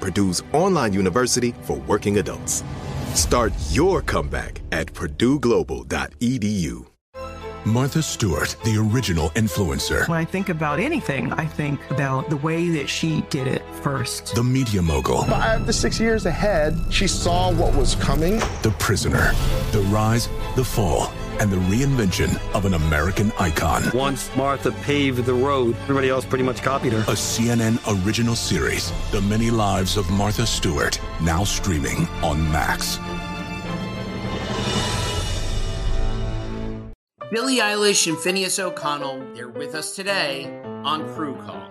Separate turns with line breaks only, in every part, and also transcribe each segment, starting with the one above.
Purdue's online university for working adults. Start your comeback at purdueglobal.edu.
Martha Stewart, the original influencer.
When I think about anything, I think about the way that she did it first.
The media mogul.
Five to six years ahead, she saw what was coming.
The prisoner. The rise, the fall, and the reinvention of an American icon.
Once Martha paved the road, everybody else pretty much copied her.
A CNN original series, The Many Lives of Martha Stewart, now streaming on Max.
Billie Eilish and Phineas O'Connell, they're with us today on Crew Call.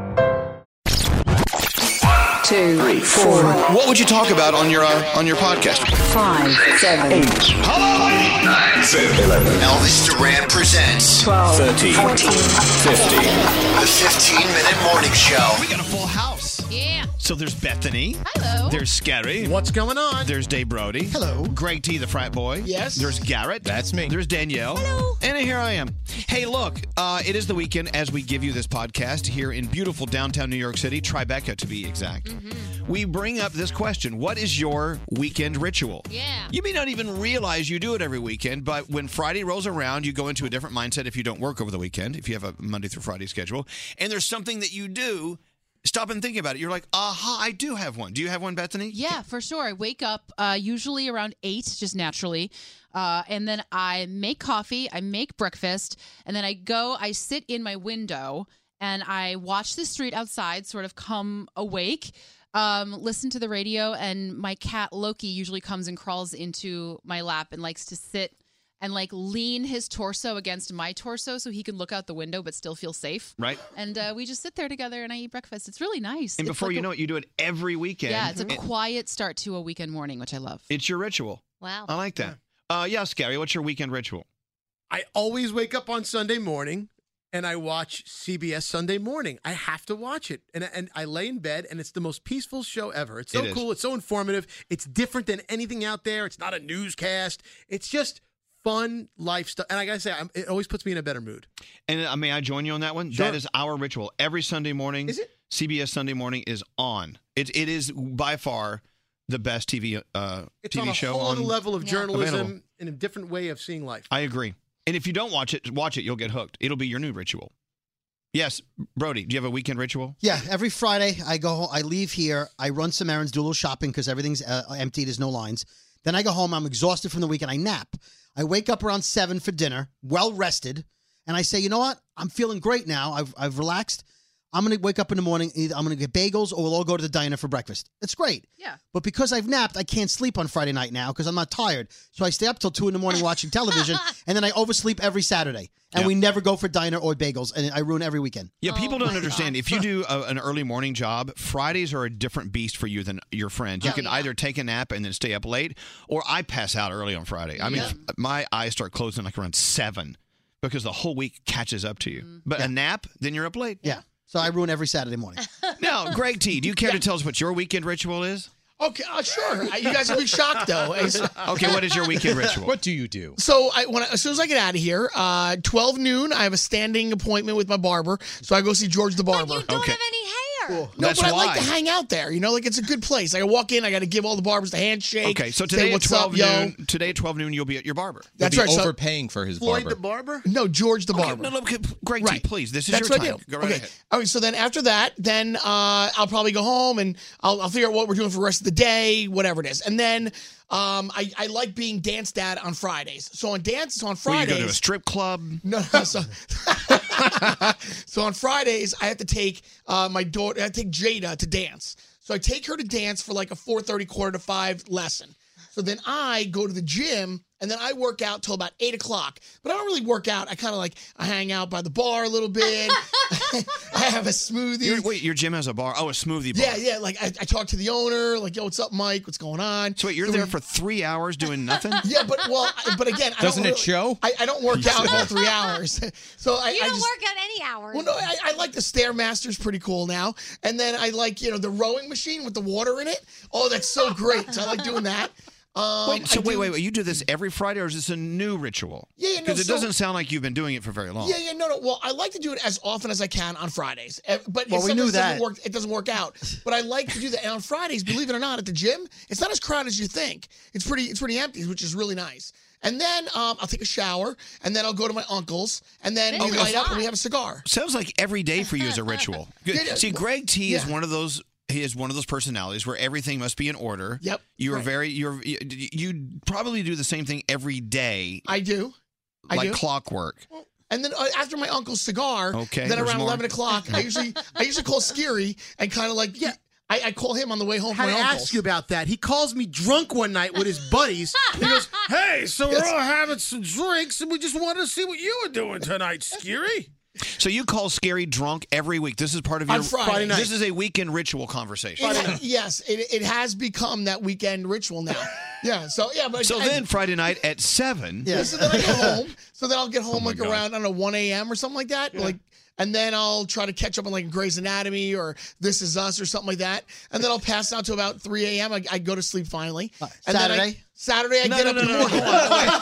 two, three, four.
What would you talk about on your uh, on your podcast?
Five, Six, seven, eight.
Hello, eight, nine, seven, eleven. Elvis Duran presents
12, 13, 14, 15.
the 15 minute morning show.
We got a full house.
Yeah.
So there's Bethany.
Hello.
There's Scary.
What's going on?
There's Dave Brody.
Hello.
Greg T, the frat boy.
Yes.
There's Garrett.
That's me.
There's Danielle.
Hello.
And here I am. Hey, look, uh, it is the weekend as we give you this podcast here in beautiful downtown New York City, Tribeca to be exact.
Mm-hmm.
We bring up this question What is your weekend ritual?
Yeah.
You may not even realize you do it every weekend, but when Friday rolls around, you go into a different mindset if you don't work over the weekend, if you have a Monday through Friday schedule, and there's something that you do. Stop and think about it. You're like, aha, I do have one. Do you have one, Bethany?
Yeah, for sure. I wake up uh, usually around eight, just naturally. Uh, and then I make coffee, I make breakfast, and then I go, I sit in my window and I watch the street outside sort of come awake, um, listen to the radio, and my cat Loki usually comes and crawls into my lap and likes to sit and like lean his torso against my torso so he can look out the window but still feel safe.
Right.
And uh, we just sit there together and I eat breakfast. It's really nice.
And
It's
before
like
you
a-
know it, you do it every weekend.
yeah, it's a
And
quiet start to a weekend morning, which I love.
it's your ritual.
Wow.
I like that. Uh, yeah, Scary, what's your weekend ritual?
I always wake up on Sunday morning and I watch CBS Sunday morning. I have to watch it. And, and I lay in bed and it's the most peaceful show ever. It's so
It is.
cool. It's so informative. It's different than anything out there. It's not a newscast. It's just fun life stuff. And I got to say, I'm, it always puts me in a better mood.
And uh, may I join you on that one?
Sure.
That is our ritual. Every Sunday morning,
Is it?
CBS Sunday morning is on. It, it is by far the best TV uh,
It's
TV
on a
show
whole
on
other level of
Yeah.
journalism
Available.
and a different way of seeing life.
I agree. And if you don't watch it, watch it. You'll get hooked. It'll be your new ritual. Yes, Brody. Do you have a weekend ritual?
Yeah, every Friday I go home, I leave here, I run some errands, do a little shopping because everything's uh, empty, there's no lines. Then I go home, I'm exhausted from the weekend, I nap. I wake up around seven for dinner, well rested, and I say, you know what? I'm feeling great now. I've, I've relaxed. I'm gonna wake up in the morning. Either I'm gonna get bagels, or we'll all go to the diner for breakfast. It's great.
Yeah.
But because I've napped, I can't sleep on Friday night now because I'm not tired. So I stay up till two in the morning watching television, and then I oversleep every Saturday. And we never go for diner or bagels, and I ruin every weekend.
Yeah, people don't understand. If you do a, an early morning job, Fridays are a different beast for you than your friends. You
Oh,
can either take a nap and then stay up late, or I pass out early on Friday. I mean,
Yeah.
my eyes start closing like around seven because the whole week catches up to you.
Mm-hmm.
But a nap, then you're up late.
Yeah. So I ruin every Saturday morning.
Now, Greg T, do you care to tell us what your weekend ritual is?
Okay, uh, sure. I- You guys will be shocked though. It's-
okay, what is your weekend ritual?
What
do you do?
So I, when I, as soon as I get out of here, uh, twelve noon, I have a standing appointment with my barber, so I go see George the barber.
Okay.
No,
That's
but I like to
why.
hang out there. You know, like it's a good place. Like I walk in, I got to give all the barbers the handshake.
Okay, so
say,
today at
what's
twelve
up, yo?"
noon. Today at twelve noon, you'll be at your barber.
That's right. so-
barber?
No, George the
Okay,
barber.
no, no, okay, Greg T, please, this is
That's
your
what I
time.
do.
Go right
okay.
ahead.
All right. So then after that, then uh, I'll probably go home and I'll, I'll figure out what we're doing for the rest of the day, whatever it is. And then um, I, I like being dance dad on Fridays. So on dance, so on
Will you
Fridays.
go to a strip club?
No, no, so, so on Fridays I have to take uh, my daughter. I take Jada to dance. So I take her to dance for like a four thirty quarter to five lesson. So then I go to the gym and then I work out till about eight o'clock. But I don't really work out. I kind of like I hang out by the bar a little bit. I have a smoothie.
Your, wait, your gym has a bar. Oh, a smoothie bar.
yeah, yeah. Like I, I talk to the owner. Like, yo, what's up, Mike? What's going on?
So wait, you're there for three hours doing nothing?
yeah, but well, I- but again, I
Doesn't
don't
it
really-
show?
I, I don't work
You
out
said
all
that.
three hours, so I,
you
I
don't
just,
work out any hours.
Well, no, I, I like the Stairmaster's pretty cool now. And then I like, you know, the rowing machine with the water in it. Oh, that's so great. So I like doing that. Um,
wait, so
I
wait,
do-
wait, wait. You do this every Friday, or is this a new ritual?
Yeah, yeah, no,
Because it
so-
doesn't sound like you've been doing it for very long.
Yeah, yeah, no, no. Well, I like to do it as often as I can on Fridays, Eh, but
Well,
it
we
sometimes
knew
doesn't
that.
work. It doesn't work out. But I like to do that. And on Fridays, believe it or not, at the gym, it's not as crowded as you think. It's pretty, it's pretty empty, which is really nice. And then um, I'll take a shower, and then I'll go to my uncle's, and then
This is
we light up
hot.
and we have a cigar.
Sounds like every day for you is a ritual. Good.
Yeah, yeah.
See, Greg T is
Yeah.
one of those. He is one of those personalities where everything must be in order.
Yep.
You are very. You're. You, you probably do the same thing every day,
I do. I
like
do.
clockwork.
And then uh, after my uncle's cigar,
Okay,
then
there's
around
more.
eleven o'clock, I usually I usually call Skiri and kind of like yeah, I, I call him on the way home.
Had
from
to
my uncle's.
ask you about that. He calls me drunk one night with his buddies. and he goes, "Hey, so we're
Yes.
all having some drinks, and we just wanted to see what you were doing tonight, Skiri."
So you call scary drunk every week. This is part of your
On Friday Friday night.
This is a weekend ritual conversation.
It- yes, it, it has become that weekend ritual now. Yeah, so yeah, but
So
I-
then Friday night at seven.
yeah, so then I get home. So then I'll get home like
Oh God.
around I don't know one a.m. or something like that. Like, and then I'll try to catch up on like Grey's Anatomy or This Is Us or something like that. And then I'll pass out to about three a.m. I, I go to sleep finally. And then I-
Uh, Saturday?
Saturday, I
No,
get
no,
up.
no,
in the
no, no,
morning.
hold on,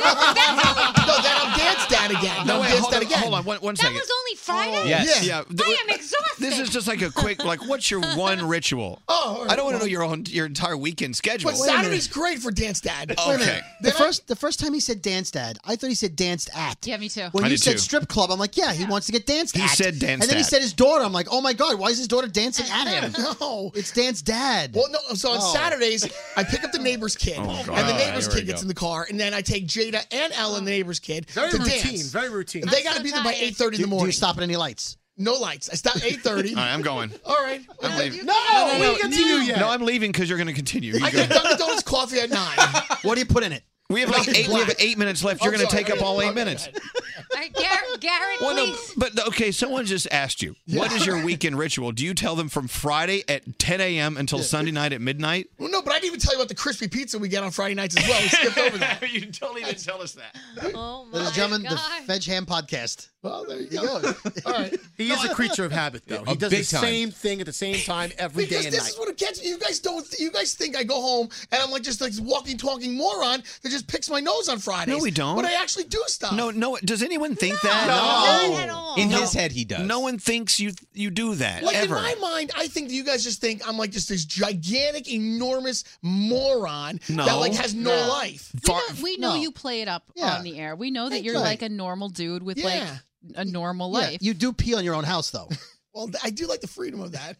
no, then I'm dance dad again.
No,
I'm
wait,
dance
hold
dad
on,
again.
hold on, one- one
that
second.
was only Friday.
Yes. Yeah.
I am exhausted.
This is just like a quick, like, what's your one ritual?
Oh, all right,
I don't want to
well-
know your own, your entire weekend schedule.
But Saturday's great for dance dad.
Wait a minute. Okay.
The first, the first time he said danced at, I thought he said danced at.
Yeah, me too.
When
I
you
did
said
too.
strip club, I'm like, yeah, he wants to get danced
He
at.
said danced
And then he
at.
said his daughter. I'm like, oh my god, why is his daughter dancing at him?
no,
it's dance dad.
Well, no. So on
Oh.
Saturdays, I pick up the neighbor's kid,
Oh,
God.
and the
All right,
neighbor's
here we
kid gets
go.
in the car, and then I take Jada and Ellen, the neighbor's kid,
Very
to
routine,
dance.
very routine.
They got to be there by eight thirty in the morning.
Do you stop at any lights?
No lights. I stop eight thirty.
All right, I'm going.
All right.
I'm leaving.
No, we didn't get to you yet.
No, I'm leaving because you're going to continue. You
I
go.
get Dunkin' Donuts coffee at nine.
What do you put in it?
We have like
No,
eight. We have
black.
eight minutes left. You're
I'm
going to
sorry.
take up all eight
Okay.
minutes.
All right, Gar- Garrett,
Well, no,
please.
but okay, someone just asked you, what is your weekend ritual? Do you tell them from Friday at 10 a.m. until Sunday night at midnight?
Well, no, but I didn't even tell you about the crispy pizza we get on Friday nights as well. We skipped over that.
you totally didn't tell us that.
Oh
Ladies and gentlemen, the Veg Ham Podcast.
Well, there you go. All right.
He is a creature of habit, though.
A
He does the
big time.
same thing at the same time every day
Because
and
this
night.
is what it gets. You guys don't. You guys think I go home and I'm like just like walking, talking moron that just just picks my nose on Fridays.
No, we don't.
But I actually do stuff.
No, no. Does anyone think that?
No. Not at all. In his
head, he does. No one thinks you you do that
Like
ever.
in my mind, I think that you guys just think I'm like just this gigantic, enormous moron
No.
that like has no,
No.
life.
We know, we know you play it up
Yeah.
on the air. We know that
Thank
you're
you.
like a normal dude with like
Yeah.
a normal
Yeah,
life.
you do pee on your own house, though.
Well, th- I do like the freedom of that.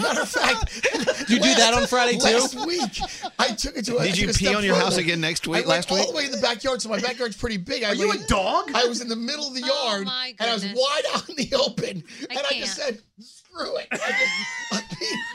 Matter of fact,
You do that on Friday, too?
Last week, I took it to. I
Did
took
you
it a
pee
step
on your
further.
house again next
I
week?
went
Last
all
week?
the way in the backyard, so my backyard's pretty big. I
Are you
laid-
a dog?
I was in the middle of the yard, and I was
Oh goodness.
wide out in the open,
I
and I just said, "Screw it." I just,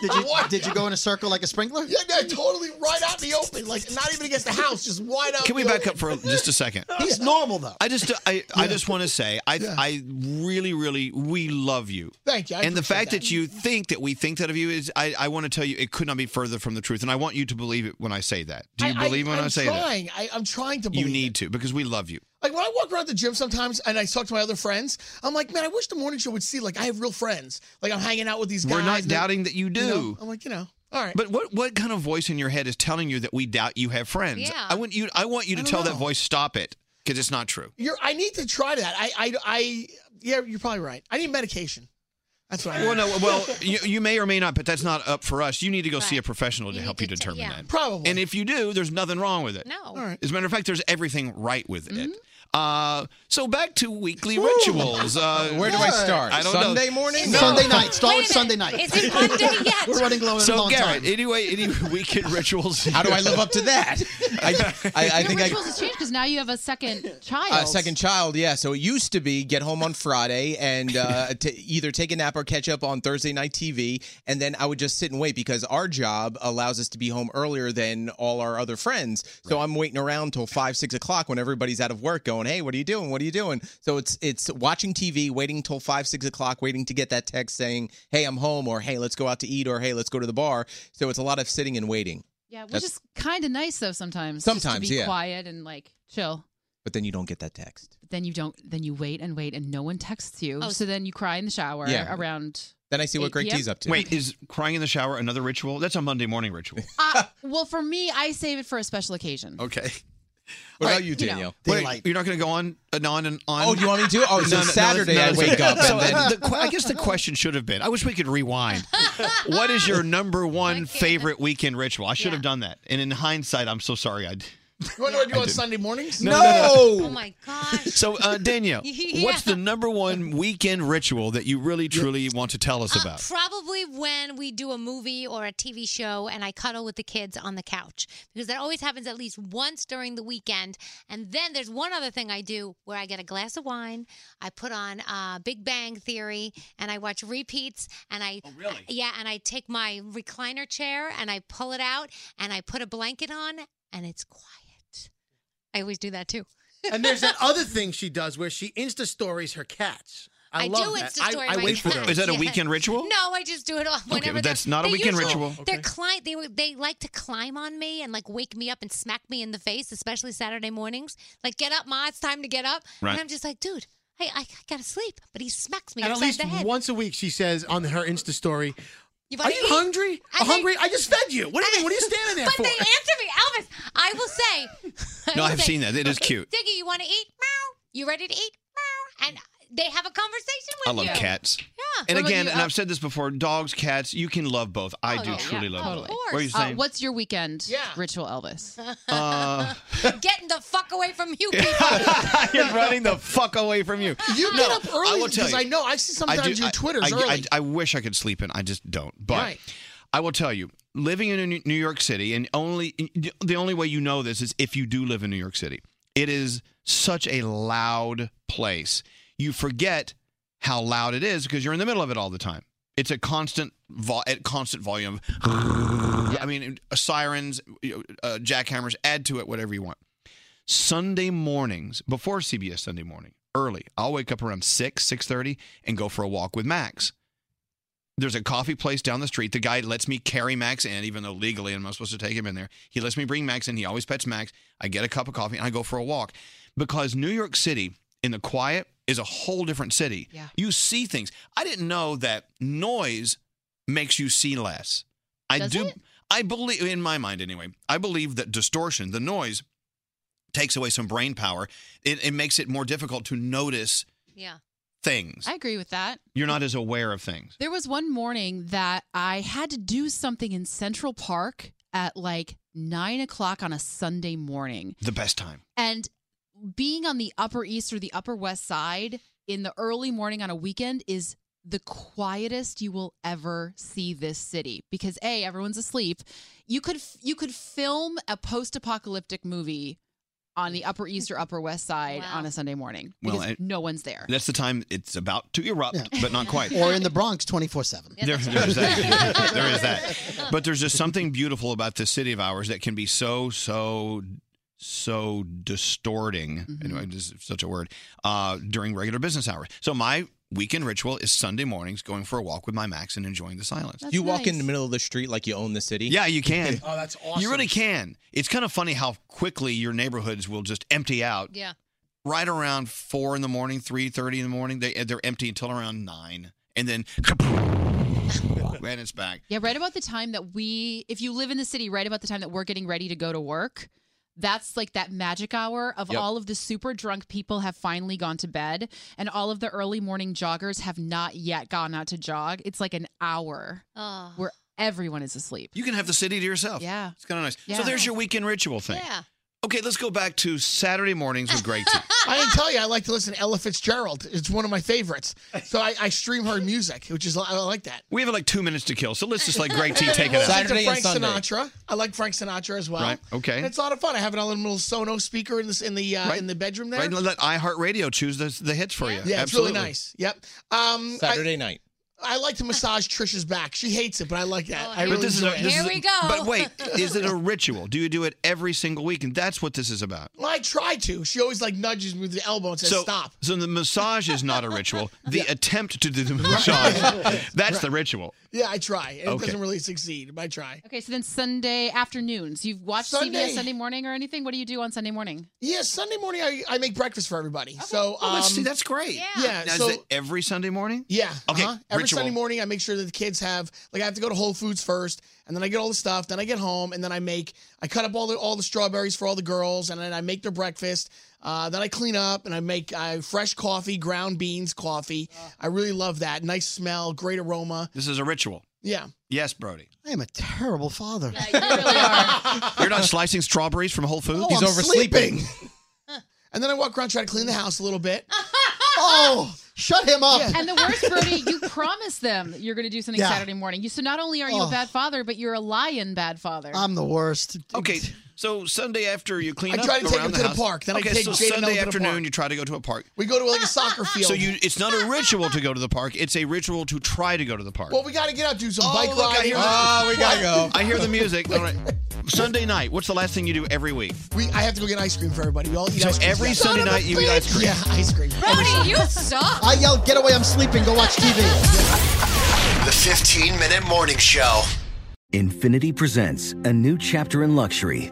Did you did you go in a circle like a sprinkler?
Yeah, no, totally right out in the open, like not even against the house, just wide out.
Can we
in the
back up for just a second?
He's normal though.
I just I, I just want to say I I really really we love you.
Thank you. I
and the
appreciate
fact that.
that.
you think that we think that of you is I, I want to tell you it could not be further from the truth and I want you to believe it when I say that. Do you believe when
I'm
I say
trying. I, I'm trying to
that?
believe.
You need to because we love you.
Like when I walk around the gym sometimes and I talk to my other friends, I'm like, man, I wish the morning show would see like I have real friends. Like I'm hanging out with these guys.
We're not
and they-
doubting that you do.
know, I'm like, you know, all right.
But what what kind of voice in your head is telling you that we doubt you have friends?
Yeah.
I want you I want you to
I don't
tell that
know.
voice stop it because it's not true.
You're, I need to try that. I, I, I, yeah, you're probably right. I need medication. That's what I need.
Well, no. Uh, Well, you, you may or may not, but that's not up for us. You need to go see a professional to help you determine that.
Probably.
And if you do, there's nothing wrong with it.
No.
As a matter of fact, there's everything right with
Mm-hmm.
it. Uh, so back to weekly rituals. Uh,
Where do I start?
I don't
Sunday
know.
morning?
No.
Sunday night. Start with Sunday night.
Is it Monday yet?
We're running low on
So
long
Garrett,
time.
anyway, any weekend rituals?
How do I live up to that? I, I, I
Your
think I
rituals has changed because now you have a second child.
uh, second child. Yeah, so it used to be get home on Friday and uh, t- either take a nap or catch up on Thursday night TV, and then I would just sit and wait because our job allows us to be home earlier than all our other friends. So I'm waiting around till five, six o'clock when everybody's out of work, going, "Hey, what are you doing? What are you doing?" So it's it's watching TV, waiting till five, six o'clock, waiting to get that text saying, "Hey, I'm home," or "Hey, let's go out to eat," or "Hey, let's go to the bar." So it's a lot of sitting and waiting.
Yeah, which
That's-
is kind of nice though sometimes. just
Sometimes,
to be
yeah.
quiet and like chill.
But then you don't get that text.
But then you don't. Then you wait and wait, and no one texts you.
Oh,
so then you cry in the shower
Yeah.
around.
Then I see what
8
Greg
p.m.
T's up to.
Wait, is crying in the shower another ritual? That's a Monday morning ritual.
Uh, well, for me, I save it for a special occasion.
Okay.
What
about
you, You know. Danielle?
Wait, you're not going to go on and on and on.
Oh, do you want me to? Oh, so Saturday I wake up
So
and then-
the que- I guess the question should have been. I wish we could rewind. what is your number one favorite weekend ritual? I should have done that. And in hindsight, I'm so sorry. I. d-
You want to know what I do
I
on
didn't.
Sunday mornings?
No, no, no.
Oh my god.
So uh, Danielle,
Yeah.
what's the number one weekend ritual that you really truly want to tell us about?
Probably when we do a movie or a TV show and I cuddle with the kids on the couch because that always happens at least once during the weekend. And then there's one other thing I do where I get a glass of wine, I put on uh, Big Bang Theory, and I watch repeats. And I oh, really? yeah, and I take my recliner chair and I pull it out and I put a blanket on and it's quiet. I always do that too.
and there's that other thing she does where she Insta stories her cats. I,
I
love
do
that.
Insta story
I, I
my
wait for those.
Is that a
Yeah.
weekend ritual?
No, I just do it all whenever.
but
they're-
that's not a
they
weekend
usually-
ritual.
They're client. They were- they like to climb on me and like wake me up and smack me in the face, especially Saturday mornings. Like, get up, ma! It's time to get up.
Right.
And I'm just like, dude, I I gotta sleep. But he smacks me
And at
upside
least
the head.
once a week, she says on her Insta story,
You've
"Are
already
you
eaten?"
hungry?
I
hungry? I just fed you. What do you mean? What are you standing there
but
for?"
they answer me, Elvis. I will say. I
No,
will
I've
say,
seen that. It is cute.
Diggy, you want to eat? Meow. You ready to eat? Meow. And they have a conversation with
I love
you.
cats.
Yeah.
And again, and I've said this before: dogs, cats. You can love both. I
Oh,
do
yeah.
truly love
Totally.
both. What are
Oh,
you
Uh,
saying?
what's your weekend ritual, Elvis?
Uh,
Getting the fuck away from you people.
I'm running the fuck away from you.
You
No,
get up early
I will tell
because
you.
I know I see sometimes
I do-
your
I-
Twitter's
I,
early.
I, I wish I could sleep in. I just don't. But
Right.
I will tell you, living in New- New York City, and only the only way you know this is if you do live in New York City. It is such a loud place. You forget how loud it is because you're in the middle of it all the time. It's a constant, vo- at constant volume. I mean, sirens, you know, uh, jackhammers. Add to it whatever you want. Sunday mornings before CBS Sunday morning, early. I'll wake up around six, six thirty, and go for a walk with Max. There's a coffee place down the street. The guy lets me carry Max in, even though legally I'm not supposed to take him in there. He lets me bring Max in. He always pets Max. I get a cup of coffee and I go for a walk because New York City in the quiet is a whole different city.
Yeah.
You see things. I didn't know that noise makes you see less. I
Does
do.
it?
I believe, in my mind anyway, I believe that distortion, the noise, takes away some brain power. It, it makes it more difficult to notice
Yeah.
things.
I agree with that.
You're not as aware of things.
There was one morning that I had to do something in Central Park at like nine o'clock on a Sunday morning.
The best time.
And being on the Upper East or the Upper West Side in the early morning on a weekend is the quietest you will ever see this city because a everyone's asleep. You could you could film a post-apocalyptic movie on the Upper East or Upper West Side on a Sunday morning
Well,
because
I-
no one's there.
That's the time it's about to erupt, but not quite.
Or in the Bronx, twenty four seven.
There- there's that. there is that. But there's just something beautiful about this city of ours that can be so, so, so distorting.
Mm-hmm.
Anyway, this is such a word uh, during regular business hours. So my weekend ritual is Sunday mornings going for a walk with my Max and enjoying the silence.
you walk in the middle of the street like you own the city.
Yeah, you can.
Oh, that's awesome.
You really can. It's kind of funny how quickly your neighborhoods will just empty out.
Yeah.
Right around four in the morning, three thirty in the morning, they they're empty until around nine, and then kapoom, and it's back.
Yeah, right about the time that we, if you live in the city, right about the time that we're getting ready to go to work, that's like that magic hour of
Yep.
all of the super drunk people have finally gone to bed and all of the early morning joggers have not yet gone out to jog. It's like an hour
Oh.
where everyone is asleep.
You can have the city to yourself.
Yeah.
It's kind of nice.
Yeah.
So there's your weekend ritual thing.
Yeah.
Okay, let's go back to Saturday mornings with Greg. T.
I didn't tell you I like to listen to Ella Fitzgerald. It's one of my favorites. So I, I stream her music, which is I like that.
We have like two minutes to kill, so let's just like Greg T take it
I
out.
listen to Frank Sinatra. I like Frank Sinatra as well.
Right, okay.
And it's a lot of fun. I have it on a little Sonos speaker in this in the uh,
Right.
in the bedroom there.
Right, let iHeartRadio choose the, the hits for you.
Yeah,
Absolutely.
it's really nice. Yep. Um, I,
Saturday night.
I like to massage Trisha's back. She hates it, but I like that. Oh, I
But
really
this is a-
enjoy it.
this is a- But wait, is it a ritual? Do you do it every single week? And that's what this is about.
Well, I try to. She always like nudges me with the elbow and says,
so,
"Stop."
So the massage is not a ritual. The attempt to do the massage, that's the ritual.
Yeah, I try. It
Okay.
doesn't really succeed, but I try.
Okay, so then Sunday afternoons, you've watched
Sunday.
CBS Sunday morning or anything? What do you do on Sunday morning?
Yeah, Sunday morning I, I make breakfast for everybody. So um,
Oh, let's see, that's great.
Yeah.
Now, is
so
it every Sunday morning?
yeah.
Okay.
uh-huh. Every
ritual.
Sunday morning I make sure that the kids have like I have to go to Whole Foods first, and then I get all the stuff. Then I get home, and then I make I cut up all the all the strawberries for all the girls, and then I make their breakfast. Uh, then I clean up and I make uh, fresh coffee, ground beans coffee. I really love that. Nice smell, great aroma.
This is a ritual.
Yeah.
Yes, Brody.
I am a terrible father.
You're not slicing strawberries from Whole Foods?
Oh, I'm sleeping. and then I walk around, try to clean the house a little bit. oh,
shut him up.
And the worst, Brody, you promised them that you're going to do something
Yeah.
Saturday morning. You so not only are you a
Oh.
bad father, but you're a lion bad father.
Um,
I'm the worst.
Okay, so Sunday after you clean
I
up,
try to
go
take
around
them to the
house.
park, then I
okay,
take
so
Jade and Ella
Sunday
to the
afternoon
park.
you try to go to a park.
We go to like a soccer field.
So you, it's not a ritual to go to the park. It's a ritual to try to go to the park.
Well, we got to get out, do some
Oh,
bike
look, I
riding.
hear the- I hear the music. All right. Sunday night. What's the last thing you do every week?
We, I have to go get ice cream for everybody. We all eat
So
ice cream.
every
together.
Sunday night you eat ice cream.
Yeah, ice cream.
Brody, you suck.
I yell, "Get away! I'm sleeping. Go watch TV."
The 15 Minute Morning Show.
Infinity presents a new chapter in luxury,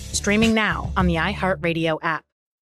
streaming now on the iHeartRadio app.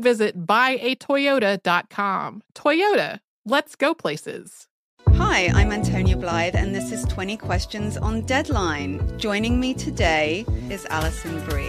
visit buyatoyota.com. Toyota, let's go places.
Hi, I'm Antonia Blythe, and this is 20 Questions on Deadline. Joining me today is Alison Bree.